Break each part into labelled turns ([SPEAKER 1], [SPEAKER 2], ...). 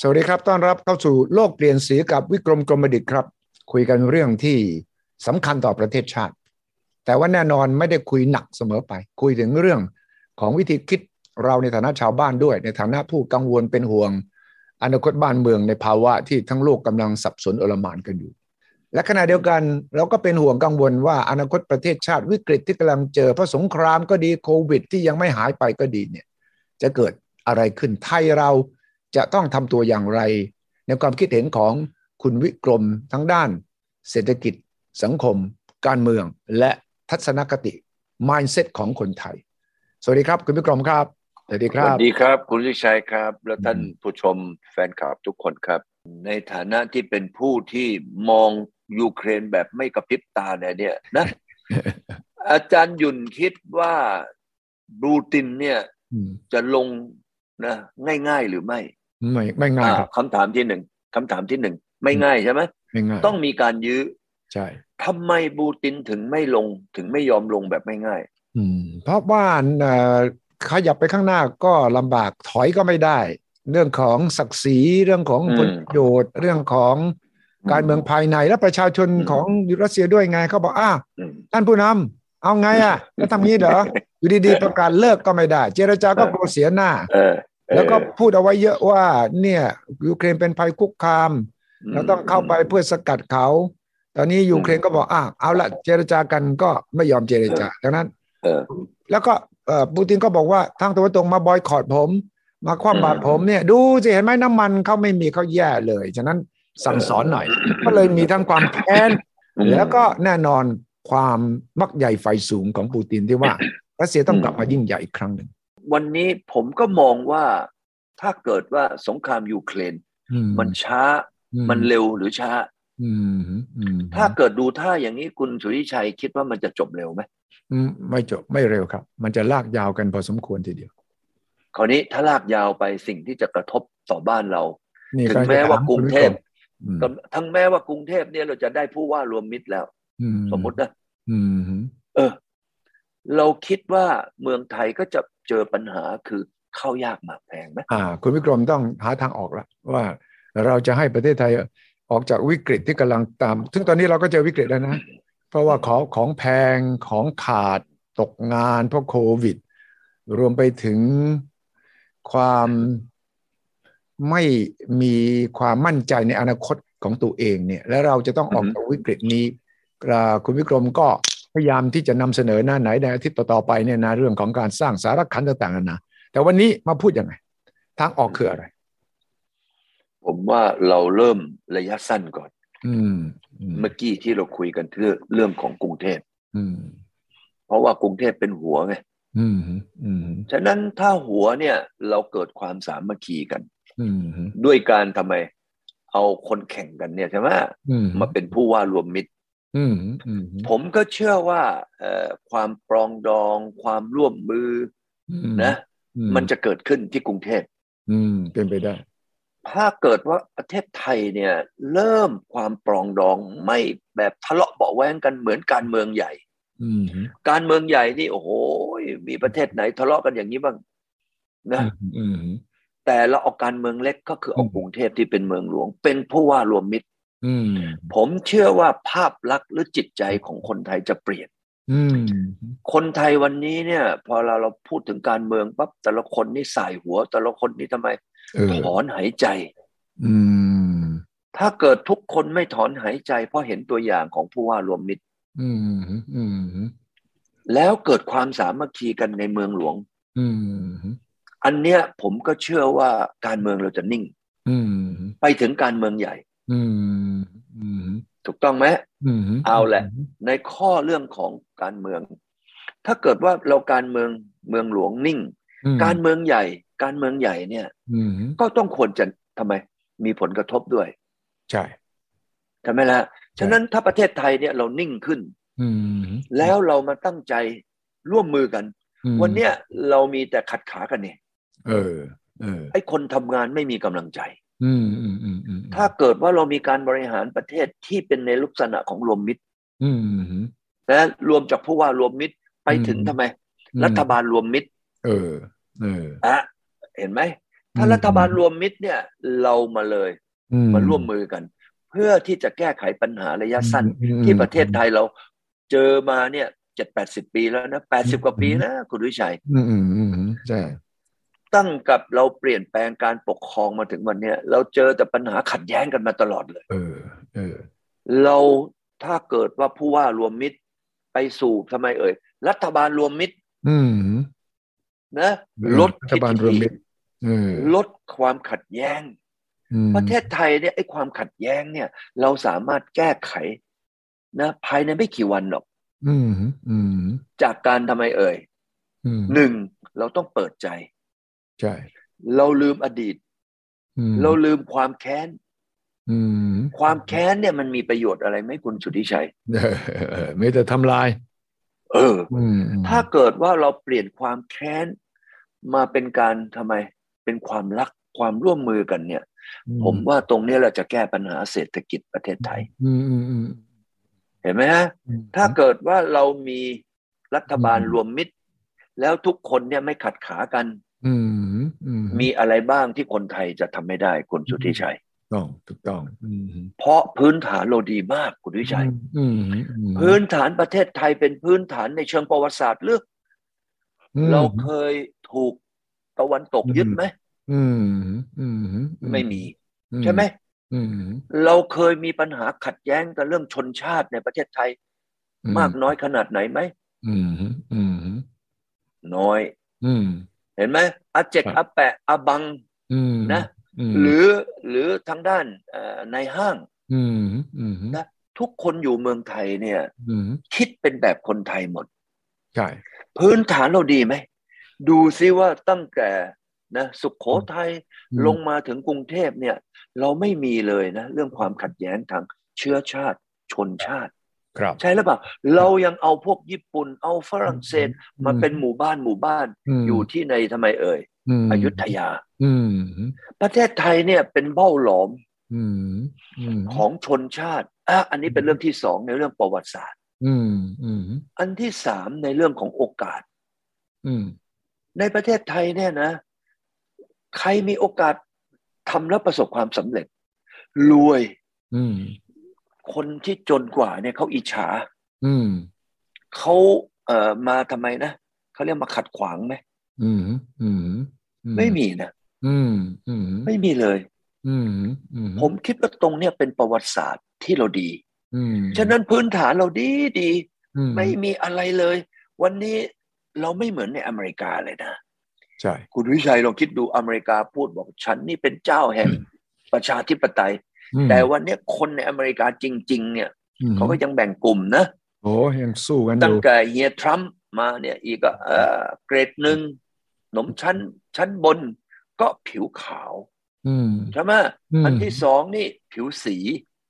[SPEAKER 1] สวัสดีครับ ต้อนรับเข้าสู่โลกเปลี่ยนสีกับวิกรมกรมดิตครับ คุยกันเรื่องที่สำคัญต่อประเทศชาติแต่ว่าแน่นอนไม่ได้คุยหนักเสมอไป คุยถึงเรื่องของวิธีคิดเราในฐานะชาวบ้านด้วย ในฐานะผู้กังวลเป็นห่วง อนาคตบ้านเมืองในภาวะที่ทั้งโลกกำลังสับสนอลหม่านกันอยู่ และขณะเดียวกันเราก็เป็นห่วงกังวลว่าอนาคตประเทศชาติวิกฤตที่กำลังเจอเพราะสงครามก็ดีโควิด ที่ยังไม่หายไปก็ดีเนี่ยจะเกิดอะไรขึ้นไทยเราจะต้องทำตัวอย่างไร ในความคิดเห็นของคุณวิกรมทั้งด้าน เศรษฐกิจ สังคม การเมืองและทัศนคติ mindset ของคนไทย สวัสดีครับ คุณวิกรมครับ สวัสดีค
[SPEAKER 2] ส
[SPEAKER 1] รั
[SPEAKER 2] วั
[SPEAKER 1] บ
[SPEAKER 2] สดีครับ คุณวิชัยครับ และท่าน
[SPEAKER 1] อืม
[SPEAKER 2] ผู้ชมแฟนคลับทุกคนครับ ในฐานะที่เป็นผู้ที่มองยูเครนแบบไม่กระพริบตาเนี่ยเนี่ยนะ อาจารย์หยุ่นคิดว่าบรูตินเนี่ย
[SPEAKER 1] อืม
[SPEAKER 2] จะลงนะง่ายๆหรือไม่
[SPEAKER 1] ไม่ไม่ง่ายครับ
[SPEAKER 2] อ่าคำถามที่หนึ่งคำถามที่หนึ่งไม่ง่ายใช่ไหม
[SPEAKER 1] ไม่ง่าย
[SPEAKER 2] ต้องมีการยื้อ
[SPEAKER 1] ใช่
[SPEAKER 2] ทำไมบรูตินถึงไม่ลงถึงไม่ยอมลงแบบไม่ง่าย
[SPEAKER 1] อืมเพราะว่าเอ่อขยับไปข้างหน้าก็ลำบากถอยก็ไม่ได้ เรื่องของศักดิ์ศรีเรื่องของ
[SPEAKER 2] อืม
[SPEAKER 1] ผลประโยชน์เรื่องของการเมืองภายในและประชาชนของรัสเซียด้วยไงเขาบอกอ้าว
[SPEAKER 2] อืม
[SPEAKER 1] ท่านผู้นำเอาไงอ่ะแล้วทำงี้เหรอ อยู่ดีๆ ประกาศเลิกก็ไม่ได้ เจรจาก็กลัวเสียหน้า
[SPEAKER 2] เออเออ
[SPEAKER 1] แล้วก็พูดเอาไว้เยอะว่าเนี่ยยูเครนเป็นภัยคุกคาม
[SPEAKER 2] ม
[SPEAKER 1] เราต้องเข้าไปเพื่อสกัดเขา ตอนนี้ยูเครนก็บอกอ่ะเอาละเจรจากันก็ไม่ยอมเจรจาดังนั้น
[SPEAKER 2] เออ
[SPEAKER 1] แล้วก็เอ่อปูตินก็บอกว่าทางตะวันตกมาบอยคอรดผม มาคว่ำบาตรผมเนี่ย ดูสิเห็นไหมน้ำมันเขาไม่มีเขาแย่เลย ฉะนั้นสั่งสอนหน่อย ก็เลยมีทั้งความแค้น
[SPEAKER 2] อืม
[SPEAKER 1] แล้วก็แน่นอนความมักใหญ่ไฟสูงของปูตินที่ ว่า รัสเซียต้องกลับมายิ่งใหญ่อีกครั้งหนึ่ง
[SPEAKER 2] วันนี้ผมก็มองว่าถ้าเกิดว่าสงครามยูเครน
[SPEAKER 1] อื
[SPEAKER 2] มันช้ามันเร็วหรือช้า
[SPEAKER 1] อืมอืม
[SPEAKER 2] ถ้าเกิดดูท่าอย่างนี้คุณสุริชัยคิดว่ามันจะจบเร็วไหม
[SPEAKER 1] อืมไม่จบไม่เร็วครับ มันจะลากยาวกันพอสมควรทีเดียว
[SPEAKER 2] คราวนี้ถ้าลากยาวไปสิ่งที่จะกระทบต่อบ้านเรา
[SPEAKER 1] นี่
[SPEAKER 2] ถึง
[SPEAKER 1] ก็จะ
[SPEAKER 2] แม้ว่า
[SPEAKER 1] ถ
[SPEAKER 2] กรุงเทพ
[SPEAKER 1] อืม
[SPEAKER 2] ก็ทั้งแม้ว่ากรุงเทพเนี่ยเราจะได้ผู้ว่ารวมมิตรแล้ว
[SPEAKER 1] อื
[SPEAKER 2] สมมตินะ
[SPEAKER 1] อืม
[SPEAKER 2] เออ เราคิดว่าเมืองไทยก็จะเจอปัญหาคือข้าวยากหมากแพงไหม
[SPEAKER 1] อ่า คุณวิกรมต้องหาทางออกละว่าเราจะให้ประเทศไทยออกจากวิกฤตที่กำลังตาม ซึ่งตอนนี้เราก็เจอวิกฤตแล้วนะ เพราะว่าของของแพงของขาดตกงานเพราะโควิด รวมไปถึงความไม่มีความมั่นใจในอนาคตของตัวเองเนี่ย และเราจะต้องออกจากวิกฤตนี้อ่าคุณวิกรมก็พยายามที่จะนำเสนอหน้าไหนในอาทิตย์ต่อๆไปเนี่ยนะเรื่องของการสร้างสารคันต่างๆนานาแต่วันนี้มาพูดยังไง ทางออกคืออะไร
[SPEAKER 2] ผมว่าเราเริ่มระยะสั้นก่อน
[SPEAKER 1] อืมอืม
[SPEAKER 2] เมื่อกี้ที่เราคุยกันเรื่องเรื่องของกรุงเทพ
[SPEAKER 1] อืม
[SPEAKER 2] เพราะว่ากรุงเทพเป็นหัวไง
[SPEAKER 1] อืมอืม
[SPEAKER 2] ฉะนั้นถ้าหัวเนี่ยเราเกิดความสามัคคีกัน
[SPEAKER 1] อืม
[SPEAKER 2] ด้วยการทำไมเอาคนแข่งกันเนี่ยใช่ไหม
[SPEAKER 1] อืม
[SPEAKER 2] มาเป็นผู้ว่ารวมมิตร
[SPEAKER 1] อืมอืม
[SPEAKER 2] ผมก็เชื่อว่าเอ่อความปรองดองความร่วมมือ
[SPEAKER 1] อื
[SPEAKER 2] อนะ
[SPEAKER 1] อื
[SPEAKER 2] มันจะเกิดขึ้นที่กรุงเทพ
[SPEAKER 1] อืมเป็นไปได้
[SPEAKER 2] ถ้าเกิดว่าประเทศไทยเนี่ยเริ่มความปรองดองไม่แบบทะเลาะเบาะแว้งกันเหมือนการเมืองใหญ่
[SPEAKER 1] อืม
[SPEAKER 2] การเมืองใหญ่นี่โอ้โหมีประเทศไหนทะเลาะกันอย่างนี้บ้างนะ
[SPEAKER 1] อืม
[SPEAKER 2] แต่เราเอาการเมืองเล็กก็คือเอา
[SPEAKER 1] อืม
[SPEAKER 2] กรุงเทพที่เป็นเมืองหลวง เป็นผู้ว่ารวมมิตร
[SPEAKER 1] อืม
[SPEAKER 2] ผมเชื่อว่าภาพลักษณ์หรือจิตใจของคนไทยจะเปลี่ยน
[SPEAKER 1] อืม
[SPEAKER 2] คนไทยวันนี้เนี่ย พอเราเราพูดถึงการเมืองปั๊บแต่ละคนนี่สายหัว แต่ละคนนี่ทำไม
[SPEAKER 1] เออ
[SPEAKER 2] ถอนหายใจ
[SPEAKER 1] อืม
[SPEAKER 2] ถ้าเกิดทุกคนไม่ถอนหายใจ เพราะเห็นตัวอย่างของผู้ว่ารวมมิตร
[SPEAKER 1] อืมอืม
[SPEAKER 2] แล้วเกิดความสามัคคีกันในเมืองหลวง
[SPEAKER 1] อืม
[SPEAKER 2] อันเนี้ยผมก็เชื่อว่าการเมืองเราจะนิ่ง
[SPEAKER 1] อืม
[SPEAKER 2] ไปถึงการเมืองใหญ่
[SPEAKER 1] อืมอืม
[SPEAKER 2] ถูกต้องไหม
[SPEAKER 1] อืม
[SPEAKER 2] เอาแหละ ในข้อเรื่องของการเมือง ถ้าเกิดว่าเราการเมืองเมืองหลวงนิ่ง การเมืองใหญ่ การเมืองใหญ่เนี่ย
[SPEAKER 1] อืม
[SPEAKER 2] ก็ต้องควรจะทำไม มีผลกระทบด้วย
[SPEAKER 1] ใช่
[SPEAKER 2] ใช่ไหมล่ะฉะนั้นถ้าประเทศไทยเนี่ยเรานิ่งขึ้น
[SPEAKER 1] อืม
[SPEAKER 2] แล้วเรามาตั้งใจร่วมมือกัน วันเนี้ยเรามีแต่ขัดขากันเนี่ย
[SPEAKER 1] เออ เออ
[SPEAKER 2] ไอ้คนทำงานไม่มีกำลังใจ
[SPEAKER 1] อืมอืมอืมอืม
[SPEAKER 2] ถ้าเกิดว่าเรามีการบริหารประเทศที่เป็นในลักษณะของรวมมิตร
[SPEAKER 1] อืม
[SPEAKER 2] นะรวมจากผู้ว่ารวมมิตรไปถึง
[SPEAKER 1] อืม
[SPEAKER 2] ทำไม รัฐบาลรวมมิตร
[SPEAKER 1] เออ เออ
[SPEAKER 2] อะเห็นไหม ถ้ารัฐบาลรวมมิตรเนี่ย เรามาเลย
[SPEAKER 1] อื
[SPEAKER 2] มาร่วมมือกัน เพื่อที่จะแก้ไขปัญหาระยะสั้น ที่ประเทศไทยเราเจอมาเนี่ยเจ็ดแปดสิบปีแล้วนะแปดสิบกว่าปีนะคุณวิชัย
[SPEAKER 1] อืมอืมอืมใช่
[SPEAKER 2] ตั้งกับเราเปลี่ยนแปลงการปกครองมาถึงวันเนี้ยเราเจอแต่ปัญหาขัดแย้งกันมาตลอดเลย
[SPEAKER 1] เออ เออ
[SPEAKER 2] เราถ้าเกิดว่าผู้ว่ารวมมิตรไปสู่ทำไมเอ่ยรัฐบาลรวมมิตร
[SPEAKER 1] อืม
[SPEAKER 2] นะลด
[SPEAKER 1] รัฐ
[SPEAKER 2] ทิ
[SPEAKER 1] บาล
[SPEAKER 2] ฐิ
[SPEAKER 1] รวมมิตรเออ
[SPEAKER 2] ลดความขัดแย้ง
[SPEAKER 1] อืม
[SPEAKER 2] ประเทศไทยเนี่ยไอ้ความขัดแย้งเนี่ย เราสามารถแก้ไขนะภายในไม่กี่วันหรอก
[SPEAKER 1] อืมอืม
[SPEAKER 2] จากการทำไมเอ่ย
[SPEAKER 1] อืม
[SPEAKER 2] หนึ่งเราต้องเปิดใจ
[SPEAKER 1] ใช่
[SPEAKER 2] เราลืมอดีต
[SPEAKER 1] อืม
[SPEAKER 2] เราลืมความแค้น
[SPEAKER 1] อืม
[SPEAKER 2] ความแค้นเนี่ยมันมีประโยชน์อะไรไหมคุณสุทธิชัย
[SPEAKER 1] เออเออไม่แต่ทำลาย
[SPEAKER 2] เออ
[SPEAKER 1] อืมอืม
[SPEAKER 2] ถ้าเกิดว่าเราเปลี่ยนความแค้น มาเป็นการทำไม เป็นความรักความร่วมมือกันเนี่ย ผมว่าตรงเนี้ยเราจะแก้ปัญหาเศรษฐกิจประเทศไทย
[SPEAKER 1] อืมอืมอืม
[SPEAKER 2] เห็นไหมฮะ
[SPEAKER 1] อืม
[SPEAKER 2] ถ้าเกิดว่าเรามีรัฐบาล
[SPEAKER 1] อืม
[SPEAKER 2] รวมมิตร แล้วทุกคนเนี่ยไม่ขัดขากัน
[SPEAKER 1] อืมอืม
[SPEAKER 2] มีอะไรบ้างที่คนไทยจะทำไม่ได้คุณสุทธิชัย
[SPEAKER 1] ถูกต้องถูกต้อง อืม
[SPEAKER 2] เพราะพื้นฐานเราดีมากคุณวิชัย
[SPEAKER 1] อืมอืมอืม
[SPEAKER 2] พื้นฐานประเทศไทยเป็นพื้นฐานในเชิงประวัติศาสตร์ลึก
[SPEAKER 1] อืม
[SPEAKER 2] เราเคยถูกตะวันตกยึดไหม
[SPEAKER 1] อืมอืมอื
[SPEAKER 2] ไม่มี ใช่ไหม
[SPEAKER 1] อืม
[SPEAKER 2] เราเคยมีปัญหาขัดแย้งกับเรื่องชนชาติในประเทศไทยมากน้อยขนาดไหนไหม
[SPEAKER 1] อืมอืม
[SPEAKER 2] น้อย
[SPEAKER 1] อืม
[SPEAKER 2] เห็นไหมอาเจก
[SPEAKER 1] ครั
[SPEAKER 2] อา
[SPEAKER 1] บ
[SPEAKER 2] แปะอาบัง
[SPEAKER 1] อืม
[SPEAKER 2] นะ
[SPEAKER 1] อืม
[SPEAKER 2] หรือหรือทางด้านเอ่อในห้าง
[SPEAKER 1] อืมอืม
[SPEAKER 2] นะ ทุกคนอยู่เมืองไทยเนี่ย
[SPEAKER 1] อืม
[SPEAKER 2] คิดเป็นแบบคนไทยหมด
[SPEAKER 1] ใช่
[SPEAKER 2] พื้นฐานเราดีไหม ดูซิว่าตั้งแต่นะสุขโขทัยลงมาถึงกรุงเทพเนี่ย เราไม่มีเลยนะ เรื่องความขัดแย้งทางเชื้อชาติ ชนชาติ
[SPEAKER 1] ครับ
[SPEAKER 2] ใช่หรือเปล่าเรายังเอาพวกญี่ปุ่นเอาฝรั่งเศส
[SPEAKER 1] ม
[SPEAKER 2] มาเป็นหมู่บ้านหมู่บ้าน
[SPEAKER 1] ม
[SPEAKER 2] อยู่ที่ในทำไมเอ่ย
[SPEAKER 1] ม
[SPEAKER 2] อยุธยา
[SPEAKER 1] อืม
[SPEAKER 2] ประเทศไทยเนี่ยเป็นเบ้าหลอม
[SPEAKER 1] อืมอืม
[SPEAKER 2] ของชนชาติอ่ะอันนี้เป็นเรื่องที่สองในเรื่องประวัติศาสตร์
[SPEAKER 1] อืมอืม
[SPEAKER 2] อันที่สามในเรื่องของโอกาส
[SPEAKER 1] อืม
[SPEAKER 2] ในประเทศไทยเนี่ยนะ ใครมีโอกาสทำแล้วประสบความสำเร็จ รวย
[SPEAKER 1] อืม
[SPEAKER 2] คนที่จนกว่าเนี่ยเขาอิจฉา
[SPEAKER 1] อืม
[SPEAKER 2] เขาเอ่อมาทำไมนะเขาเรียกมาขัดขวางไหม
[SPEAKER 1] อืมอืม
[SPEAKER 2] ไม่มีนะ
[SPEAKER 1] อืมอืม
[SPEAKER 2] ไม่มีเลย
[SPEAKER 1] อืมอืม
[SPEAKER 2] ผมคิดว่าตรงเนี่ยเป็นประวัติศาสตร์ที่เราดี
[SPEAKER 1] อืม
[SPEAKER 2] ฉะนั้นพื้นฐานเราดีดี
[SPEAKER 1] อื
[SPEAKER 2] ไม่มีอะไรเลย วันนี้เราไม่เหมือนในอเมริกาเลยนะ
[SPEAKER 1] ใช่
[SPEAKER 2] คุณวิชัยลองคิดดูอเมริกาพูดบอกฉันนี่เป็นเจ้าแห่งประชาธิปไตย
[SPEAKER 1] อืม
[SPEAKER 2] แต่วันเนี้ยคนในอเมริกาจริง ๆ เนี่ย
[SPEAKER 1] อืม
[SPEAKER 2] เขาก็ยังแบ่งกลุ่มนะ
[SPEAKER 1] โอ้ยังสู้กันอ
[SPEAKER 2] ตั้ง
[SPEAKER 1] ยู่
[SPEAKER 2] แต่เฮียทรัมป์มาเนี่ยอีกก็เอ่อเกรดหนึ่งหนมชั้นชั้นบนก็ผิวขาว
[SPEAKER 1] อืม
[SPEAKER 2] ใช่ไหมอันที่สองนี่ผิวสี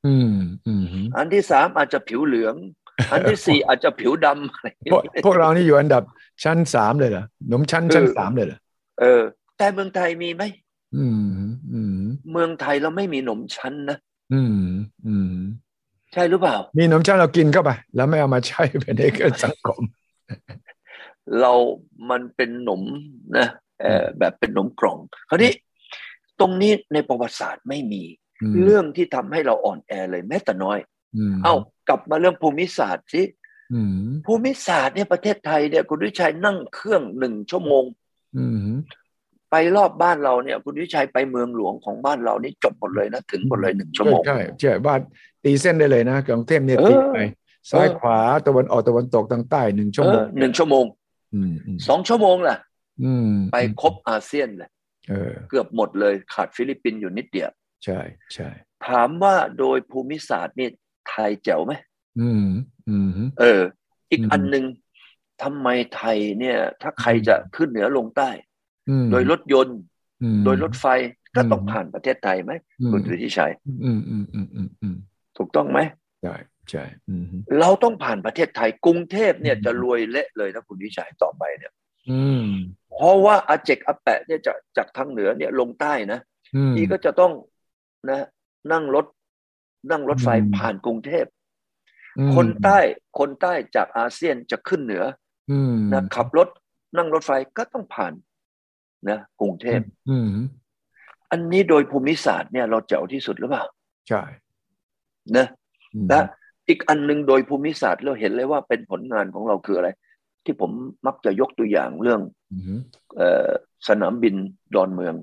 [SPEAKER 1] อืมอืม
[SPEAKER 2] อันที่สามอาจจะผิวเหลือง อันที่ สี่อาจจะผิวดำอะไรอย่าง
[SPEAKER 1] พวก
[SPEAKER 2] เงี้ย
[SPEAKER 1] พวกเรานี่อยู่อันดับชั้นสามเลยเหรอหนมชั้นชั้นสามเลยเหรอ
[SPEAKER 2] เออ แต่เมืองไทยมีไหม
[SPEAKER 1] อืมอืม
[SPEAKER 2] เมืองไทยเราไม่มีหนมชั้นนะ
[SPEAKER 1] อืมอืม
[SPEAKER 2] ใช่หรื อเปล่า
[SPEAKER 1] มีหนมชั้นเรากินเข้าไป แล้วไม่เอามาใช้เป็นเอกสังคม
[SPEAKER 2] เรา มันเป็นหนมนะเอ่อแบบเป็นหนมกล่อง คราวนี้ ตรงนี้ในประวัติศาสตร์ไม่มี เรื่องที่ทำให้เราอ่อนแอเลยแม้แต่น้อย
[SPEAKER 1] ม
[SPEAKER 2] เอากลับมาเรื่องภูมิศาสตร์สิ
[SPEAKER 1] อืม
[SPEAKER 2] ภูมิศาสตร์เนี่ยประเทศไทยเนี่ยคุณวิชัยนั่งเครื่องหนึ่งชั่วโมง
[SPEAKER 1] อืม
[SPEAKER 2] ไปรอบบ้านเราเนี่ย คุณวิชัยไปเมืองหลวงของบ้านเรานี่จบหมดเลยนะถึงหมดเลยหนึ่งชั่วโมง
[SPEAKER 1] ใช่ใช่วาดตีเส้นได้เลยนะกรุงเทพเนี่ย
[SPEAKER 2] เออ
[SPEAKER 1] ตีไปซ้าย
[SPEAKER 2] เออ
[SPEAKER 1] ขวาตะวันออกตะวันตกทางใต้หนึ่งชั่วโมง
[SPEAKER 2] เออหนึ่งชั่วโมง
[SPEAKER 1] อืมอืม
[SPEAKER 2] สองชั่วโมงล่ะ
[SPEAKER 1] อืม
[SPEAKER 2] ไปครบอาเซียนเลย
[SPEAKER 1] เออ
[SPEAKER 2] เกือบหมดเลยขาดฟิลิปปินส์อยู่นิดเดียว
[SPEAKER 1] ใช่ใช่
[SPEAKER 2] ถามว่าโดยภูมิศาสตร์นี่ไทยแจ๋วไหม
[SPEAKER 1] อืมอืม
[SPEAKER 2] เออ อีก
[SPEAKER 1] อืม
[SPEAKER 2] อันหนึ่งทำไมไทยเนี่ย ถ้าใครจะขึ้นเหนือลงใต้
[SPEAKER 1] อืม
[SPEAKER 2] โดยรถยนต์
[SPEAKER 1] อืม
[SPEAKER 2] โดยรถไฟก็
[SPEAKER 1] อืม
[SPEAKER 2] ต้องผ่านประเทศไทยไหม
[SPEAKER 1] อืม
[SPEAKER 2] คุณวิทิชัย
[SPEAKER 1] อืมอืมอืมอืมอืม
[SPEAKER 2] ถูกต้องไหม
[SPEAKER 1] ใช่ใช่อืม
[SPEAKER 2] เราต้องผ่านประเทศไทย กรุงเทพเนี่ยจะรวยเละเลยนะคุณวิชัยต่อไปเนี่ย
[SPEAKER 1] อืม
[SPEAKER 2] เพราะว่าอาเจกอาแปะเนี่ยจะจากทางเหนือเนี่ยลงใต้นะ
[SPEAKER 1] อืม
[SPEAKER 2] อีก็จะต้องนะ นั่งรถ นั่งรถไฟ
[SPEAKER 1] อืม
[SPEAKER 2] ผ่านกรุงเทพ
[SPEAKER 1] อืม
[SPEAKER 2] คนใต้คนใต้จากอาเซียนจะขึ้นเหนือ
[SPEAKER 1] อืม
[SPEAKER 2] นะขับรถนั่งรถไฟก็ต้องผ่านนะกรุงเทพ
[SPEAKER 1] อืม
[SPEAKER 2] อันนี้โดยภูมิศาสตร์เนี่ยเราเจ๋วที่สุดหรือเปล่า
[SPEAKER 1] ใช่
[SPEAKER 2] นะ
[SPEAKER 1] อืม
[SPEAKER 2] และอีกอันหนึงโดยภูมิศาสตร์เราเห็นเลยว่าเป็นผลงานของเราคืออะไร ที่ผมมักจะยกตัวอย่างเรื่อง
[SPEAKER 1] อืม
[SPEAKER 2] เอ่อสนามบินดอนเมือง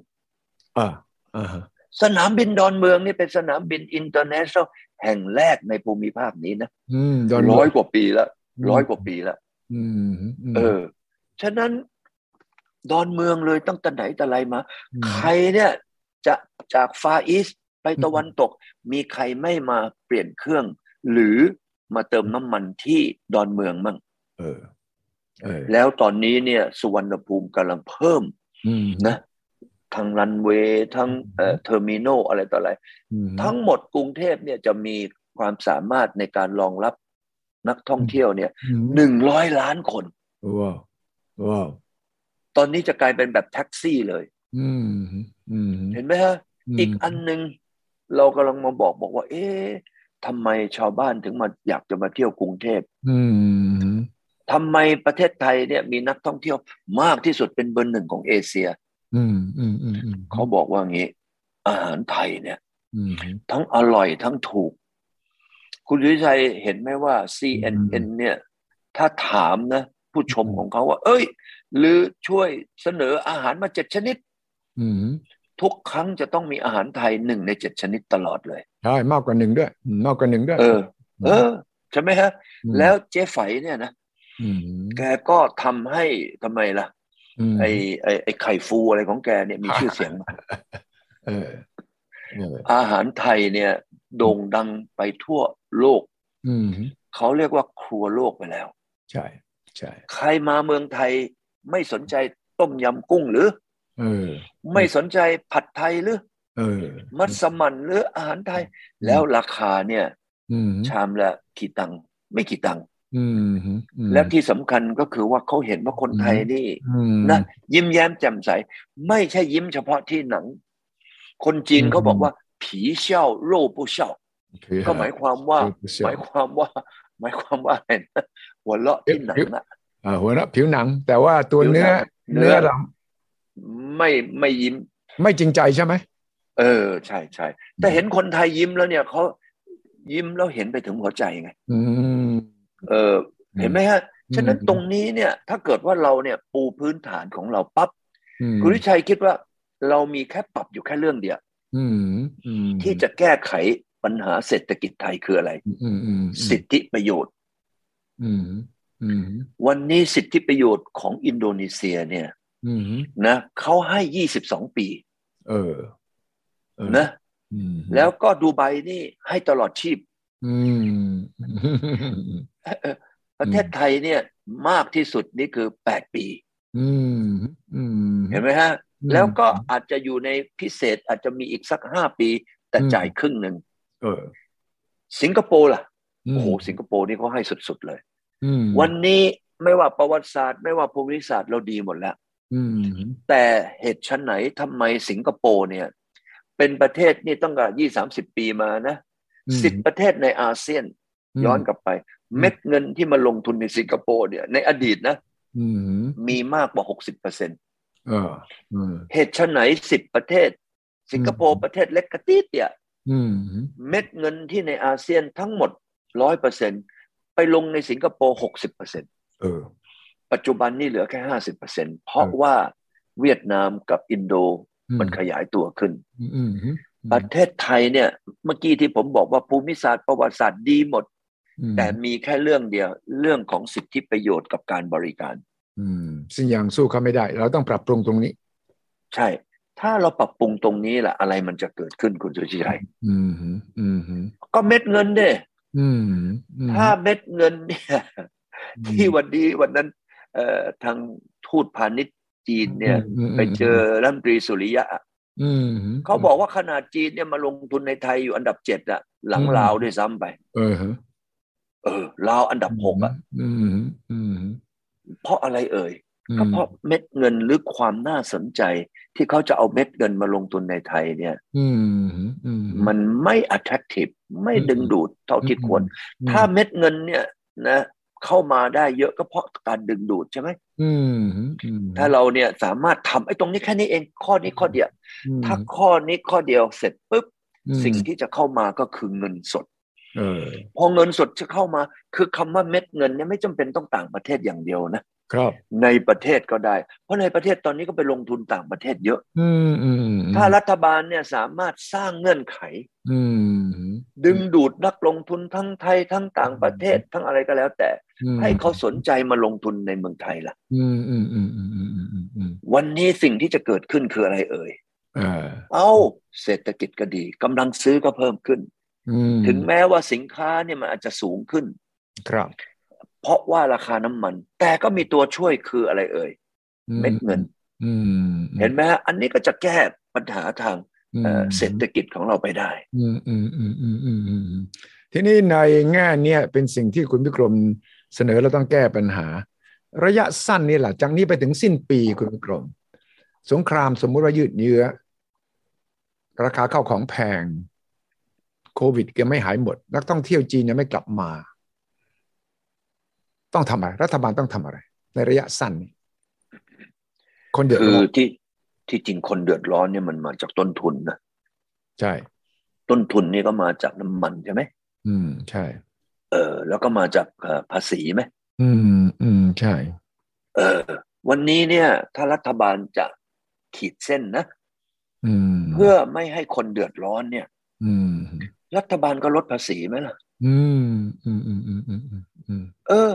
[SPEAKER 1] อ่าอ่าฮะ
[SPEAKER 2] สนามบินดอนเมืองนี่เป็นสนามบินอินเตอร์เนชั่นแนลแห่งแรกในภูมิภาคนี้นะ
[SPEAKER 1] อืมดอนเมืง
[SPEAKER 2] ร้อยกว่าปีละร้อยกว่าปีละ
[SPEAKER 1] อืมม
[SPEAKER 2] เออ ฉะนั้นดอนเมืองเลยตั้งแต่ไหนแต่ไรมา
[SPEAKER 1] ม
[SPEAKER 2] ใครเนี่ยจะจากฟาอีสไปตะวันตก มีใครไม่มาเปลี่ยนเครื่อง หรือมาเติมน้ำมันที่ดอนเมืองมั่ง
[SPEAKER 1] เออ เออ
[SPEAKER 2] แล้วตอนนี้เนี่ยสุวรรณภูมิกำลังเพิ่ม
[SPEAKER 1] อืม
[SPEAKER 2] นะทั้งรันเวย์ทั้งเอ่อเทอร์มินอลอะไรต่ออะไร
[SPEAKER 1] อืม
[SPEAKER 2] ทั้งหมดกรุงเทพเนี่ยจะมีความสามารถในการรองรับนักท่องเที่ยวเนี่ย
[SPEAKER 1] อืม
[SPEAKER 2] หนึ่งร้อยล้านคน
[SPEAKER 1] ว้าวว้าว
[SPEAKER 2] ตอนนี้จะกลายเป็นแบบแท็กซี่เลย
[SPEAKER 1] อืมอืม
[SPEAKER 2] เห็นไหมฮะ อีกอันหนึ่งเรากำลังมาบอกบอกว่า เอ๊ะทำไมชาวบ้านถึงมาอยากจะมาเที่ยวกรุงเทพ
[SPEAKER 1] อืม
[SPEAKER 2] ทำไมประเทศไทยเนี่ยมีนักท่องเที่ยวมากที่สุดเป็นเบอร์หนึ่งของเอเชีย
[SPEAKER 1] อืมอืมอืมอืม
[SPEAKER 2] เขาบอกว่างี้ อาหารไทยเนี่ย
[SPEAKER 1] อืม
[SPEAKER 2] ทั้งอร่อยทั้งถูก คุณยุทธชัยเห็นไหมว่า CNN เนี่ย ถ้าถามนะ ผู้ชม
[SPEAKER 1] อืม
[SPEAKER 2] ของเขาว่า เอ้ย หรือช่วยเสนออาหารมาเจ็ดชนิด
[SPEAKER 1] อืม
[SPEAKER 2] ทุกครั้งจะต้องมีอาหารไทยหนึ่งในเจ็ดชนิดตลอดเลย
[SPEAKER 1] ใช่มากกว่าหนึ่งด้วยอืมมากกว่าหนึ่งด้วย
[SPEAKER 2] เออ เออ ใช่ไหมฮะ
[SPEAKER 1] ม
[SPEAKER 2] แล้วเจ๊ไฝเนี่ยนะ
[SPEAKER 1] อืม
[SPEAKER 2] แกก็ทำให้ทำไมล่ะ
[SPEAKER 1] ม
[SPEAKER 2] ไอไอไอไข่ฟูอะไรของแกเนี่ยมีชื่อเสียง
[SPEAKER 1] เออเออ
[SPEAKER 2] อาหารไทยเนี่ย โด่งดังไปทั่วโลก
[SPEAKER 1] อืม
[SPEAKER 2] เขาเรียกว่าครัวโลกไปแล้ว
[SPEAKER 1] ใช่ใช่
[SPEAKER 2] ใครมาเมืองไทยไม่สนใจต้มยำกุ้งหรือ
[SPEAKER 1] เออ
[SPEAKER 2] ไม่สนใจผัดไทยหรือ
[SPEAKER 1] เออ
[SPEAKER 2] มัสมั่นหรืออาหารไทย แล้วราคาเนี่ย
[SPEAKER 1] อืม
[SPEAKER 2] ชามละกี่ตังค์ไม่กี่ตังค์
[SPEAKER 1] อืมอืม
[SPEAKER 2] และที่สำคัญก็คือว่าเขาเห็นว่าคนไทยนี่
[SPEAKER 1] อืม
[SPEAKER 2] นะยิ้มแย้มแจ่มใส ไม่ใช่ยิ้มเฉพาะที่หนัง คนจีน
[SPEAKER 1] อืม
[SPEAKER 2] เขาบอกว่า ผีเช่าโลปูเช่า
[SPEAKER 1] คือ
[SPEAKER 2] ก็หมายความว่า
[SPEAKER 1] คือเสี่ว
[SPEAKER 2] หมายความว่า หมายความว่าอะไรนะหัวเราะที่หนังนะ
[SPEAKER 1] อ่าหัวเราะผิวหนัง แต่ว่าตัวเนื้อ
[SPEAKER 2] เนื้อ
[SPEAKER 1] เรา
[SPEAKER 2] ไม่ไม่ยิ้ม
[SPEAKER 1] ไม่จริงใจใช่ไหม
[SPEAKER 2] เออ ใช่ใช่แต่เห็นคนไทยยิ้มแล้วเนี่ยเขายิ้มแล้วเห็นไปถึงหัวใจไง
[SPEAKER 1] อืม
[SPEAKER 2] เออ เห็นไหมฮะฉะนั้น
[SPEAKER 1] อืม
[SPEAKER 2] ตรงนี้เนี่ย ถ้าเกิดว่าเราเนี่ยปูพื้นฐานของเราปั๊บ
[SPEAKER 1] อืม
[SPEAKER 2] คุณวิชัยคิดว่า เรามีแค่ปรับอยู่แค่เรื่องเดียว
[SPEAKER 1] อืมอืม
[SPEAKER 2] ที่จะแก้ไขปัญหาเศรษฐกิจไทยคืออะไร
[SPEAKER 1] อืมอืมอืม
[SPEAKER 2] สิทธิประโยชน์
[SPEAKER 1] อืมอืม
[SPEAKER 2] วันนี้สิทธิประโยชน์ของอินโดนีเซียเนี่ย
[SPEAKER 1] อืม
[SPEAKER 2] นะเขาให้ 22 ปี
[SPEAKER 1] เออเออ
[SPEAKER 2] นะ
[SPEAKER 1] อืม
[SPEAKER 2] แล้วก็ดูไบนี่ให้ตลอดชีพ
[SPEAKER 1] อืม
[SPEAKER 2] เอ่อเอ่อประเทศไทยเนี่ยมากที่สุดนี่คือ 8 ปี
[SPEAKER 1] อืมอืม
[SPEAKER 2] เห็นไหมฮะ
[SPEAKER 1] อืม
[SPEAKER 2] แล้วก็อาจจะอยู่ในพิเศษอาจจะมีอีกสัก 5 ปี แต่
[SPEAKER 1] อืม
[SPEAKER 2] จ่ายครึ่งหนึ่ง
[SPEAKER 1] เออ
[SPEAKER 2] สิงคโปร์ล่ะ
[SPEAKER 1] อืม
[SPEAKER 2] โอ้โหสิงคโปร์นี่เขาให้สุดๆเลย
[SPEAKER 1] อืม
[SPEAKER 2] วันนี้ไม่ว่าประวัติศาสตร์ ไม่ว่าภูมิศาสตร์เราดีหมดแล้ว
[SPEAKER 1] อืม
[SPEAKER 2] แต่เหตุชันไหนทำไมสิงคโปร์เนี่ย เป็นประเทศนี่ตั้งแต่ยี่สามสิบปีมานะสิบประเทศในอาเซียนย้อนกลับไป เม็ดเงินที่มาลงทุนในสิงคโปร์เนี่ย ในอดีตนะ
[SPEAKER 1] อืม
[SPEAKER 2] มีมากกว่าหกสิบเปอร์เซ็น
[SPEAKER 1] เออเออ
[SPEAKER 2] เหตุชันไหนสิบประเทศ สิงคโป
[SPEAKER 1] อื
[SPEAKER 2] ร์
[SPEAKER 1] ม
[SPEAKER 2] ประเทศเล็กกระติดเนี่ย
[SPEAKER 1] อืม
[SPEAKER 2] เม็ดเงินที่ในอาเซียนทั้งหมดร้อยเปอร์เซ็นไปลงในสิงคโปร์หกสิบเปอร์เซ็น
[SPEAKER 1] เออ
[SPEAKER 2] ปัจจุบันนี่เหลือแค่ห้าสิบเปอร์เซ็นเพราะว่าเวียดนามกับอินโดมันขยายตัวขึ้น
[SPEAKER 1] อืมอืมอืม
[SPEAKER 2] ประเทศไทยเนี่ย เมื่อกี้ที่ผมบอกว่าภูมิศาสตร์ประวัติศาสตร์ดีหมด
[SPEAKER 1] อืม
[SPEAKER 2] แต่มีแค่เรื่องเดียว เรื่องของสิทธิประโยชน์กับการบริการ
[SPEAKER 1] อืมซึ่งยังสู้เขาไม่ได้ เราต้องปรับปรุงตรงนี้
[SPEAKER 2] ใช่ ถ้าเราปรับปรุงตรงนี้ล่ะ อะไรมันจะเกิดขึ้นคุณสุชิชัย
[SPEAKER 1] อืมฮึอืมฮึ
[SPEAKER 2] ก็เม็ดเงินเนี่ย
[SPEAKER 1] อืมอืม
[SPEAKER 2] ถ้าเม็ดเงินเนี่ยที่วันนี้วันนั้นเอ่อทางทูตพาณิชย์จีนเนี่ย
[SPEAKER 1] มม
[SPEAKER 2] ไปเจอรัฐมนตรีสุริยะอะ
[SPEAKER 1] มฮึ
[SPEAKER 2] เขาบอกว่าขนาดจีนเนี่ยมาลงทุนในไทยอยู่อันดับเจ็ดอะหลังลาวด้วยซ้ำไป
[SPEAKER 1] เออฮะ
[SPEAKER 2] เออลาวอันดับหกอะ
[SPEAKER 1] อืมฮึอืมฮึ
[SPEAKER 2] เพราะอะไรเอ่ย
[SPEAKER 1] อืม
[SPEAKER 2] ก็เพราะเม็ดเงินหรือความน่าสนใจ ที่เขาจะเอาเม็ดเงินมาลงทุนในไทยเนี่ย
[SPEAKER 1] อืมฮึอืมฮึ
[SPEAKER 2] มันไม่ attractive ไม่
[SPEAKER 1] อืม
[SPEAKER 2] ดึงดูดเท่าที่ควร
[SPEAKER 1] อืม
[SPEAKER 2] ถ้าเม็ดเงินเนี่ยนะ เข้ามาได้เยอะก็เพราะการดึงดูดใช่ไหม
[SPEAKER 1] อืมอืม
[SPEAKER 2] ถ้าเราเนี่ยสามารถทำไอ้ตรงนี้แค่นี้เองข้อนี้ข้อเดียว
[SPEAKER 1] อืม
[SPEAKER 2] ถ้าข้อนี้ข้อเดียวเสร็จปุ๊บ
[SPEAKER 1] อืม
[SPEAKER 2] สิ่งที่จะเข้ามาก็คือเงินสด
[SPEAKER 1] เออ
[SPEAKER 2] พอเงินสดจะเข้ามา คือคำว่าเม็ดเงินเนี่ยไม่จำเป็นต้องต่างประเทศอย่างเดียวนะครับ ในประเทศก็ได้ เพราะในประเทศตอนนี้ก็ไปลงทุนต่างประเทศเยอะ
[SPEAKER 1] อืมอืมอืม
[SPEAKER 2] ถ้ารัฐบาลเนี่ยสามารถสร้างเงื่อนไข
[SPEAKER 1] อืม
[SPEAKER 2] ดึงดูดนักลงทุนทั้งไทยทั้งต่างประเทศทั้งอะไรก็แล้ว แต่
[SPEAKER 1] อืม
[SPEAKER 2] ให้เขาสนใจมาลงทุนในเมืองไทยล่ะ
[SPEAKER 1] อืมอืมอืมอืมอืมอืมอืม
[SPEAKER 2] วันนี้สิ่งที่จะเกิดขึ้นคืออะไรเอ่ย
[SPEAKER 1] เออ
[SPEAKER 2] เอาเศรษฐกิจก็ดีกำลังซื้อก็เพิ่มขึ้น
[SPEAKER 1] อืม
[SPEAKER 2] ถึงแม้ว่าสินค้าเนี่ยมันอาจจะสูงขึ้น
[SPEAKER 1] ครับ
[SPEAKER 2] เพราะว่าราคาน้ำมัน แต่ก็มีตัวช่วยคืออะไรเอ่ย
[SPEAKER 1] อื
[SPEAKER 2] เม็ดเงิน
[SPEAKER 1] อืม
[SPEAKER 2] เห็นไหมฮะอันนี้ก็จะแก้ปัญหาทาง
[SPEAKER 1] อืม
[SPEAKER 2] เอ่อเศร
[SPEAKER 1] Ừ.
[SPEAKER 2] ษฐกิจของเราไปได้
[SPEAKER 1] อืมอืมอืมอืมอืมอืมอืมทีนี้ในแง่เนี้ยเป็นสิ่งที่คุณวิกรมเสนอเราต้องแก้ปัญหา ระยะสั้นนี่แหละจากนี้ไปถึงสิ้นปีคุณวิกรม สงครามสมมุติว่ายืดเยื้อ ราคาข้าวของแพง โควิดยังไม่หายหมด นักท่องเที่ยวจีนยังไม่กลับมา ต้องทำอะไร รัฐบาลต้องทำอะไร ในระยะสั้นนี่คนเดือด
[SPEAKER 2] คือ
[SPEAKER 1] ร้อน
[SPEAKER 2] ที่ที่จริงคนเดือดร้อนเนี่ยมันมาจากต้นทุนนะ
[SPEAKER 1] ใช่
[SPEAKER 2] ต้นทุนนี่ก็มาจากน้ำมันใช่ไหม
[SPEAKER 1] อืม ใช่
[SPEAKER 2] เออแล้วก็มาจากเอ่อภาษีไหม
[SPEAKER 1] อืม อืม ใช่
[SPEAKER 2] เออ วันนี้เนี่ยถ้ารัฐบาลจะขีดเส้นนะ
[SPEAKER 1] อืม
[SPEAKER 2] เพื่อไม่ให้คนเดือดร้อนเนี่ย
[SPEAKER 1] อืม
[SPEAKER 2] รัฐบาลก็ลดภาษีไหมล่ะ
[SPEAKER 1] อืมอืมอืมอืมอืมอืมอืม
[SPEAKER 2] เออ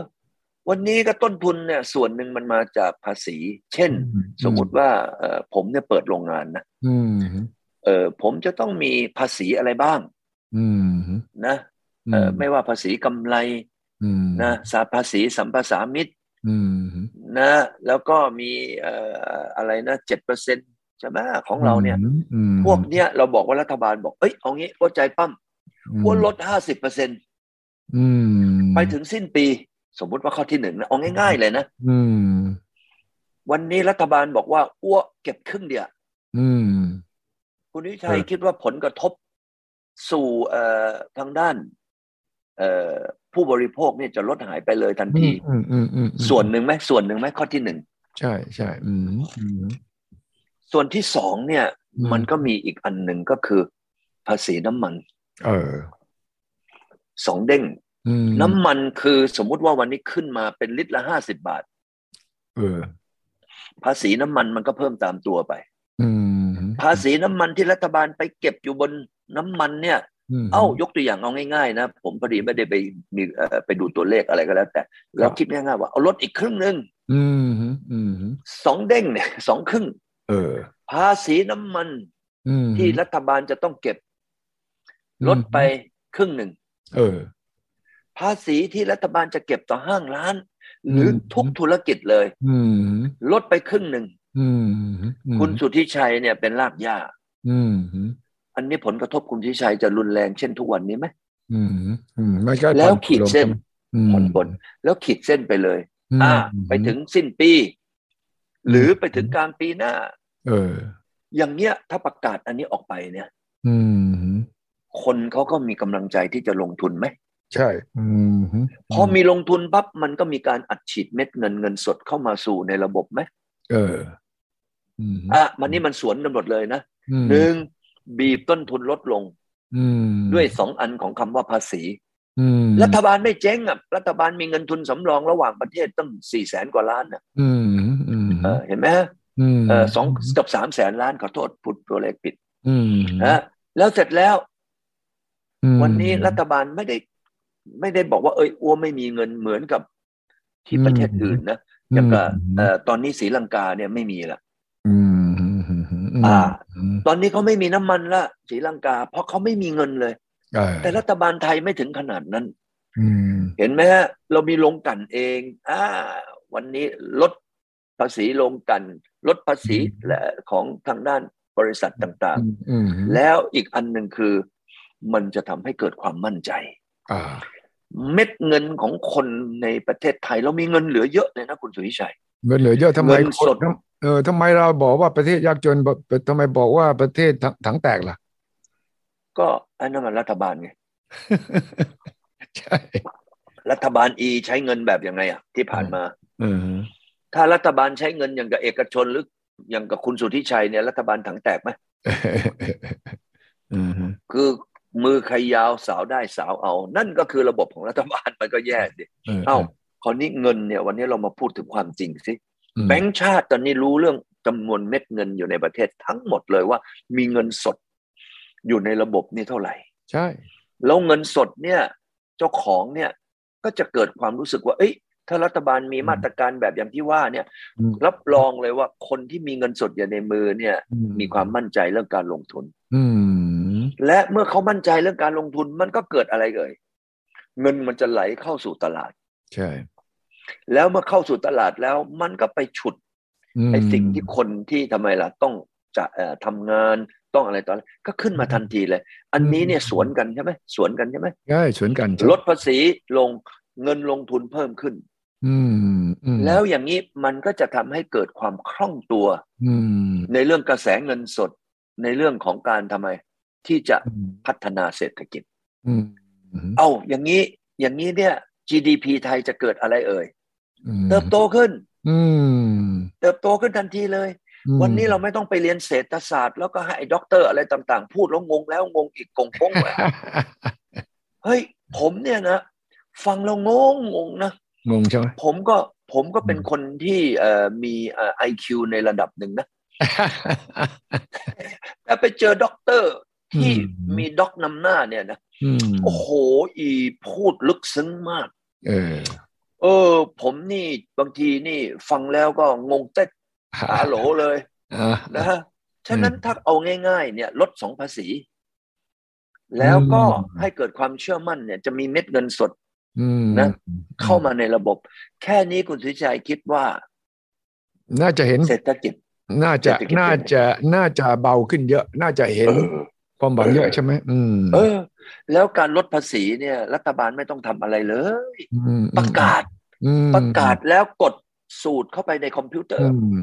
[SPEAKER 2] วันนี้ก็ต้นทุนเนี่ย ส่วนหนึ่งมันมาจากภาษี เช่น สมมุติว่าเอ่อผมเนี่ยเปิดโรงงานนะ
[SPEAKER 1] อืม
[SPEAKER 2] เออผมจะต้องมีภาษีอะไรบ้าง
[SPEAKER 1] อืม
[SPEAKER 2] นะเออไม่ว่าภาษีกำไร
[SPEAKER 1] อืม
[SPEAKER 2] นะสาภาษีสัมภาษามิตร
[SPEAKER 1] อืม
[SPEAKER 2] นะ แล้วก็มีเอ่ออะไรนะเจ็ดเปอร์เซ็นต์ใช่ไหมของเราเนี่ย
[SPEAKER 1] อืม
[SPEAKER 2] พวกเนี้ยเราบอกว่ารัฐบาลบอกเอ้ยเอางี้ว่าใจปั้มว่าลดห้าสิบเปอร์เซ็นต์
[SPEAKER 1] อืม
[SPEAKER 2] ไปถึงสิ้นปี สมมุติว่าข้อที่หนึ่งนะเอาง่าย ๆ เลยนะ
[SPEAKER 1] อืม
[SPEAKER 2] วันนี้รัฐบาลบอกว่าอ้วเก็บครึ่งเดียว
[SPEAKER 1] อืม
[SPEAKER 2] คุณวิชัย
[SPEAKER 1] ครับ
[SPEAKER 2] คิดว่าผลกระทบสู่เอ่อทางด้าน เอ่อผู้บริโภคเนี่ยจะลดหายไปเลยทันที
[SPEAKER 1] อืมอืมอืม
[SPEAKER 2] ส่วนหนึ่งไหมส่วนหนึ่งไหมข้อที่หนึ่ง
[SPEAKER 1] ใช่ใช่อืมอืม
[SPEAKER 2] ส่วนที่สองเนี่ย
[SPEAKER 1] อืม
[SPEAKER 2] มันก็มีอีกอันหนึ่งก็คือ ภาษีน้ำมัน
[SPEAKER 1] เออ
[SPEAKER 2] สองเด้ง
[SPEAKER 1] อืม
[SPEAKER 2] น้ำมันคือสมมุติว่าวันนี้ขึ้นมาเป็นลิตรละห้าสิบาท
[SPEAKER 1] เออ
[SPEAKER 2] ภาษีน้ำมันมันก็เพิ่มตามตัวไป
[SPEAKER 1] อืม
[SPEAKER 2] ภาษีน้ำมันที่รัฐบาลไปเก็บอยู่บนน้ำมันเนี่ย เอ้ายกตัวอย่างเอาง่ายๆนะผมพอดีไม่ได้ไปมีเอ่อไปดูตัวเลขอะไรก็แล้ว แต่เราคิดง่ายๆว่าเอาลดอีกครึ่งหนึ่ง
[SPEAKER 1] อืมอืม
[SPEAKER 2] สองเด้งเนี่ย สองครึ่ง
[SPEAKER 1] เออ
[SPEAKER 2] ภาษีน้ำมัน
[SPEAKER 1] อืม
[SPEAKER 2] ที่รัฐบาลจะต้องเก็บลดไปครึ่งหนึ่ง
[SPEAKER 1] เออ
[SPEAKER 2] ภาษีที่รัฐบาลจะเก็บต่อห้างร้าน หรืออ
[SPEAKER 1] ม
[SPEAKER 2] ทุกธุรกิจเลย
[SPEAKER 1] อืม
[SPEAKER 2] ลดไปครึ่งหนึ่ง
[SPEAKER 1] อืม
[SPEAKER 2] คุณสุทธิชัยเนี่ยเป็นรากหญ้า
[SPEAKER 1] อืม
[SPEAKER 2] อันนี้ผลกระทบคุณสุทธิชัยจะรุนแรงเช่นทุกวันนี้ไหม
[SPEAKER 1] อืมอืมมันก็
[SPEAKER 2] แล้วขีดเส้น
[SPEAKER 1] ผ่
[SPEAKER 2] ผ่
[SPEAKER 1] อ
[SPEAKER 2] อนน
[SPEAKER 1] ป
[SPEAKER 2] ป
[SPEAKER 1] ล
[SPEAKER 2] ล
[SPEAKER 1] น
[SPEAKER 2] นแล้วขีดเส้นไปเลย
[SPEAKER 1] ม
[SPEAKER 2] อ่าไปถึงสิ้นปี หรือไปถึงกลางปีหน้า
[SPEAKER 1] เออ
[SPEAKER 2] อย่างเงี้ยถ้าประกาศอันนี้ออกไปเนี่ย
[SPEAKER 1] อืม
[SPEAKER 2] คนเขาก็มีกำลังใจที่จะลงทุนไหม
[SPEAKER 1] ใช่อืม
[SPEAKER 2] พอมีลงทุนปั๊บมันก็มีการอัดฉีดเม็ดเงินเงินสดเข้ามาสู่ในระบบไหม
[SPEAKER 1] เอออืม
[SPEAKER 2] อ่ะมันนี่มันสวนกันหมดเลยนะ
[SPEAKER 1] อืม
[SPEAKER 2] หนึ่งบีบต้นทุนลดลง
[SPEAKER 1] อืม
[SPEAKER 2] ด้วยสองอันของคำว่าภาษี
[SPEAKER 1] อืม
[SPEAKER 2] รัฐบาลไม่เจ๊งอ่ะรัฐบาลมีเงินทุนสำรองระหว่างประเทศตั้งสี่แสนกว่าล้านอ่ะ
[SPEAKER 1] อืมอืม
[SPEAKER 2] เออเห็นไหมฮะ
[SPEAKER 1] ม
[SPEAKER 2] เออสองกับสามแสนล้านขอโทษพูดตัวเลขผิด
[SPEAKER 1] อืม
[SPEAKER 2] นะแล้วเสร็จแล้ว
[SPEAKER 1] อืม
[SPEAKER 2] วันนี้รัฐบาลไม่ได้ ไม่ได้บอกว่าเอ้ยอ้วไม่มีเงินเหมือนกับที่
[SPEAKER 1] อืม
[SPEAKER 2] ประเทศอื่นนะอย่างกับ
[SPEAKER 1] อ
[SPEAKER 2] เอ่อตอนนี้ศรีลังกาเนี่ยไม่มีละ
[SPEAKER 1] มืมอืมอืม
[SPEAKER 2] อ่า
[SPEAKER 1] อืม
[SPEAKER 2] ตอนนี้เขาไม่มีน้ำมันละศรีลังกา เพราะเขาไม่มีเงินเลย
[SPEAKER 1] เออ
[SPEAKER 2] แต่รัฐบาลไทยไม่ถึงขนาดนั้น
[SPEAKER 1] อืม
[SPEAKER 2] เห็นไหมฮะเรามีโรงกลันเองอ่าวันนี้ลดภาษีโรงกลันลดภาษีและของทางด้านบริษัทต่าง
[SPEAKER 1] อืม
[SPEAKER 2] ๆ แล้วอีกอันหนึ่งคือ มันจะทำให้เกิดความมั่นใจ
[SPEAKER 1] อ่า
[SPEAKER 2] เม็ดเงินของคนในประเทศไทย เรามีเงินเหลือเยอะเลยนะคุณสุริชัย
[SPEAKER 1] เงินเหลือเยอะทำไม
[SPEAKER 2] เงินสด
[SPEAKER 1] คนเออทำไมเราบอกว่าประเทศยากจนบอกทำไมบอกว่าประเทศถังถังแตกล่ะ
[SPEAKER 2] ก็อันนั้นมันรัฐบาลไง
[SPEAKER 1] ใช่
[SPEAKER 2] รัฐบาลอีใช้เงินแบบยังไงอ่ะที่ผ่านมา
[SPEAKER 1] อืม
[SPEAKER 2] ถ้ารัฐบาลใช้เงินอย่างกับเอกชนหรืออย่างกับคุณสุทธิชัยเนี่ยรัฐบาลถังแตกไหม
[SPEAKER 1] อืม
[SPEAKER 2] คือมือใครยาวสาวได้สาวเอา นั่นก็คือระบบของรัฐบาล มันก็แย่ดิเอ้าคราวนี้เงินเนี่ย วันนี้เรามาพูดถึงความจริงสิ แบงก์ชาติตอนนี้รู้เรื่องจำนวนเม็ดเงินอยู่ในประเทศทั้งหมดเลยว่า มีเงินสดอยู่ในระบบนี่เท่าไหร่
[SPEAKER 1] ใช่
[SPEAKER 2] แล้วเงินสดเนี่ย เจ้าของเนี่ยก็จะเกิดความรู้สึกว่า เอ้ยถ้ารัฐบาลมีมาตรการแบบอย่างที่ว่าเนี่ย
[SPEAKER 1] อืม
[SPEAKER 2] รับรองเลยว่าคนที่มีเงินสดอยู่ในมือเนี่ย มีความมั่นใจเรื่องการลงทุน
[SPEAKER 1] อืม
[SPEAKER 2] และเมื่อเขามั่นใจเรื่องการลงทุนมันก็เกิดอะไรเอ่ยเงินมันจะไหลเข้าสู่ตลาด
[SPEAKER 1] ใช่
[SPEAKER 2] แล้วเมื่อเข้าสู่ตลาดแล้วมันก็ไปฉุด
[SPEAKER 1] ม
[SPEAKER 2] ไอ้สิ่งที่คนที่ทำไมล่ะต้องจะเอ่อทำงานต้องอะไรต่ออะไรก็ขึ้นมาทันทีเลย อันนี้เนี่ยสวนกันใช่ไหมสวนกันใช่ไหม
[SPEAKER 1] ใช่สวนกัน
[SPEAKER 2] ลดภาษีลงเงินลงทุนเพิ่มขึ้น
[SPEAKER 1] อืมอืม
[SPEAKER 2] แล้วอย่างนี้มันก็จะทำให้เกิดความคล่องตัว
[SPEAKER 1] อืม
[SPEAKER 2] ในเรื่องกระแสเงินสดในเรื่องของการทำไม ที่จะ
[SPEAKER 1] อืม
[SPEAKER 2] พัฒนาเศรษฐกิจ
[SPEAKER 1] อืม
[SPEAKER 2] เอ้าอย่างนี้อย่างนี้เนี่ย GDP ไทยจะเกิดอะไรเอ่ย
[SPEAKER 1] อืม
[SPEAKER 2] เติบโตขึ้น
[SPEAKER 1] อืม
[SPEAKER 2] เติบโตขึ้นทันทีเลย
[SPEAKER 1] อืม
[SPEAKER 2] วันนี้เราไม่ต้องไปเรียนเศรษฐศาสตร์แล้วก็ให้ไอ้ด็อกเตอร์อะไรต่างๆ พูดแล้วงงแล้วงงอีกกงพง แหวะ เฮ้ย ผมเนี่ยนะ ฟังแล้วงงงงนะ
[SPEAKER 1] งงใช่ไหม
[SPEAKER 2] ผมก็ผมก็เป็น
[SPEAKER 1] อืม
[SPEAKER 2] คนที่เอ่อมีเอ่อ IQ ในระดับหนึ่งนะแต่ไปเจอด็อกเตอร์ที่มีด็อกนำหน้าเนี่ยนะ
[SPEAKER 1] อืม
[SPEAKER 2] โอ้โหอีพูดลึกซึ้งมาก
[SPEAKER 1] เออ
[SPEAKER 2] เออ ผมนี่บางทีนี่ฟังแล้วก็งง เต็ดหาโหลเลย
[SPEAKER 1] อ่า
[SPEAKER 2] นะฮะฉะนั้น
[SPEAKER 1] อืม
[SPEAKER 2] ถ้าเอาง่าย ๆ เนี่ยลดสองภาษี แล้วก็
[SPEAKER 1] อืม
[SPEAKER 2] ให้เกิดความเชื่อมั่นเนี่ย จะมีเม็ดเงินสด
[SPEAKER 1] อืม
[SPEAKER 2] นะ เข้ามาในระบบ แค่นี้คุณสุวิชัยคิดว่า
[SPEAKER 1] น่าจะเห็น
[SPEAKER 2] เศรษฐกิจ
[SPEAKER 1] น่าจะ
[SPEAKER 2] เศรษฐกิจ
[SPEAKER 1] น่าจะ น่าจะเบาขึ้นเยอะ น่าจะเห็น
[SPEAKER 2] เออ
[SPEAKER 1] ความหวังเยอะ
[SPEAKER 2] เออ
[SPEAKER 1] ใช่ไหมอืม
[SPEAKER 2] เออ แล้วการลดภาษีเนี่ย รัฐบาลไม่ต้องทำอะไรเลย
[SPEAKER 1] มอืม
[SPEAKER 2] ประกาศ
[SPEAKER 1] อืม
[SPEAKER 2] ประกาศแล้วกดสูตรเข้าไปในคอมพิวเตอ
[SPEAKER 1] อื
[SPEAKER 2] ร์
[SPEAKER 1] ม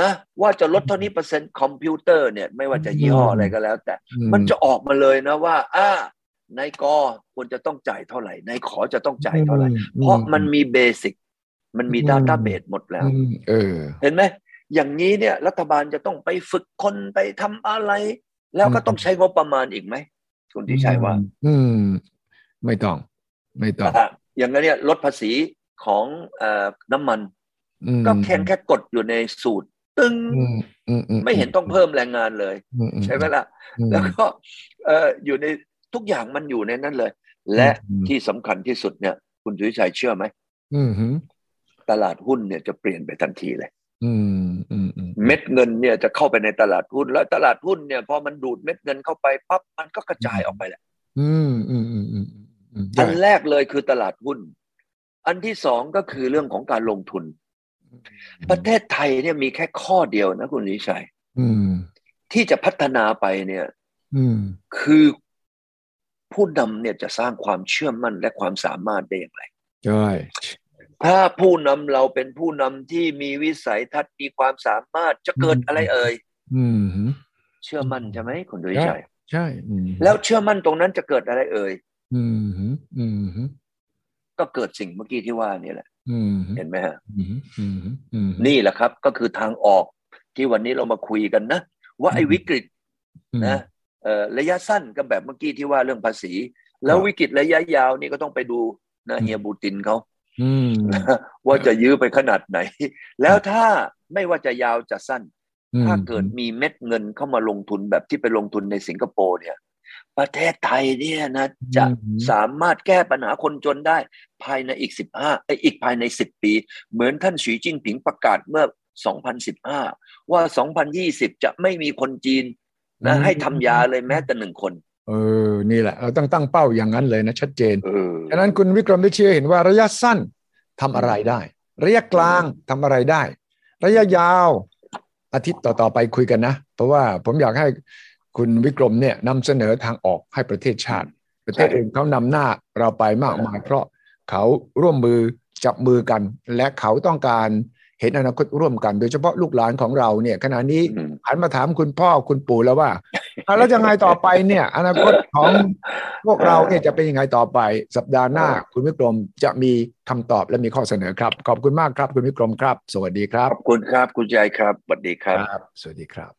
[SPEAKER 2] นะว่าจะลดเท่านี้เปอร์เซ็นต์คอมพิวเตอร์เนี่ยไม่ว่าจะยี่ห้ออะไรก็แล้ว แต่
[SPEAKER 1] อื
[SPEAKER 2] มันจะออกมาเลยนะว่าอ่านายกควรจะต้องจ่ายเท่าไหร่นายขอจะต้องจ่ายเท่าไหร่
[SPEAKER 1] อื
[SPEAKER 2] เพราะมันมีเบสิกมันมี
[SPEAKER 1] อืม
[SPEAKER 2] ดาต้าเบสหมดแล้ว
[SPEAKER 1] อืมเออ
[SPEAKER 2] เห็นไหมอย่างนี้เนี่ย รัฐบาลจะต้องไปฝึกคนไปทำอะไร แล้วก็
[SPEAKER 1] อืม
[SPEAKER 2] ต้องใช้งบประมาณอีกไหมคุณทิชัยว่า
[SPEAKER 1] อืม ไม่ต้อง ไม่ต้อง
[SPEAKER 2] อ่ะอย่างนั้นเนี่ยลดภาษีของเอ่อน้ำมัน
[SPEAKER 1] อืม
[SPEAKER 2] ก็แค่แค่กดอยู่ในสูตร ตึง
[SPEAKER 1] อืมอือื
[SPEAKER 2] ไม่เห็นต้องเพิ่มแรงงานเลย
[SPEAKER 1] อือื
[SPEAKER 2] ใช่ไหมล่ะ
[SPEAKER 1] อืม
[SPEAKER 2] แล้วก็เอ่ออยู่ในทุกอย่างมันอยู่ในนั้นเลย และ
[SPEAKER 1] อืม
[SPEAKER 2] ที่สำคัญที่สุดเนี่ย คุณทิชัยเชื่อไหม
[SPEAKER 1] อืมอืม
[SPEAKER 2] ตลาดหุ้นเนี่ยจะเปลี่ยนไปทันทีเลย
[SPEAKER 1] อืมอืมอืม
[SPEAKER 2] เม็ดเงินเนี่ยจะเข้าไปในตลาดหุ้น แล้วตลาดหุ้นเนี่ยพอมันดูดเม็ดเงินเข้าไปปั๊บมันก็กระจายออกไปแหละ
[SPEAKER 1] อืมอืมอืมอืมอืม
[SPEAKER 2] อั
[SPEAKER 1] ได้
[SPEAKER 2] นแรกเลยคือตลาดหุ้น อันที่สองก็คือเรื่องของการลงทุน ประเทศไทยเนี่ยมีแค่ข้อเดียวนะคุณนิชัย
[SPEAKER 1] อืม
[SPEAKER 2] ที่จะพัฒนาไปเนี่ย
[SPEAKER 1] อืม
[SPEAKER 2] คือผู้นำเนี่ยจะสร้างความเชื่อมั่นและความสามารถได้อย่างไร
[SPEAKER 1] ใช่
[SPEAKER 2] ถ้าผู้นำเราเป็นผู้นำที่มีวิสัยทัศน์มีความสามารถจะเกิดอะไรเอ่ย
[SPEAKER 1] อืม
[SPEAKER 2] เชื่อมั่นใช่ไหมคุณดุยชัย
[SPEAKER 1] ใช่อืม
[SPEAKER 2] แล้วเชื่อมั่นตรงนั้นจะเกิดอะไรเอ่ย
[SPEAKER 1] อืมอืม
[SPEAKER 2] ก็เกิดสิ่งเมื่อกี้ที่ว่านี่แหละ
[SPEAKER 1] อืม
[SPEAKER 2] เห็นไหมฮะ
[SPEAKER 1] อืมอืมอืม
[SPEAKER 2] นี่แหละครับก็คือทางออกที่วันนี้เรามาคุยกันนะ ว่าไอ้
[SPEAKER 1] อืม
[SPEAKER 2] วิกฤตนะเอ่อระยะสั้นก็แบบเมื่อกี้ที่ว่าเรื่องภาษี แล้ววิกฤตระยะยาวนี่ก็ต้องไปดูนะเฮียบูตินเขา
[SPEAKER 1] อืม
[SPEAKER 2] ว่าจะยื้อไปขนาดไหน แล้วถ้าไม่ว่าจะยาวจะสั้น ถ้าเกิดมีเม็ดเงินเข้ามาลงทุนแบบที่ไปลงทุนในสิงคโปร์เนี่ย ประเทศไทยเนี่ยนะจะ
[SPEAKER 1] อืม
[SPEAKER 2] สามารถแก้ปัญหาคนจนได้ ภายในอีก 15เอ้ยอีกภายใน 10 ปี เหมือนท่านสีจิ้นผิงประกาศเมื่อ 2015 ว่า 2020 จะไม่มีคนจีนนะให้ทำยาเลยแม้แต่หนึ่งคน
[SPEAKER 1] เออนี่แหละ เราต้องตั้งเป้าอย่างนั้นเลยนะ ชัดเจน
[SPEAKER 2] เออ
[SPEAKER 1] ฉะนั้นคุณวิกรมได้เชื่อเห็นว่าระยะสั้นทำอะไรได้ ระยะกลางทำอะไรได้ ระยะยาวอาทิตย์ต่อๆไปคุยกันนะ เพราะว่าผมอยากให้คุณวิกรมเนี่ยนำเสนอทางออกให้ประเทศชาติ ประเทศ
[SPEAKER 2] ใช่
[SPEAKER 1] อื่นเขานำหน้าเราไปมากมายเพราะเขาร่วมมือจับมือกัน และเขาต้องการเห็นอนาคตร่วมกัน โดยเฉพาะลูกหลานของเราเนี่ยขณะนี้
[SPEAKER 2] อืม
[SPEAKER 1] หันมาถามคุณพ่อคุณปู่แล้วว่า อ่ะแล้วยังไงต่อไปเนี่ย อนาคตของ พวกเราเนี่ยจะเป็นยังไงต่อไป สัปดาห์หน้า คุณวิกรมจะมีคำตอบและมีข้อเสนอครับ ขอบคุณมากครับ คุณวิกรมครับ สวัสดีครั
[SPEAKER 2] ข
[SPEAKER 1] บ
[SPEAKER 2] อบคุณครับคุณยายครับสวัสดีครับ
[SPEAKER 1] สวัสดีครับ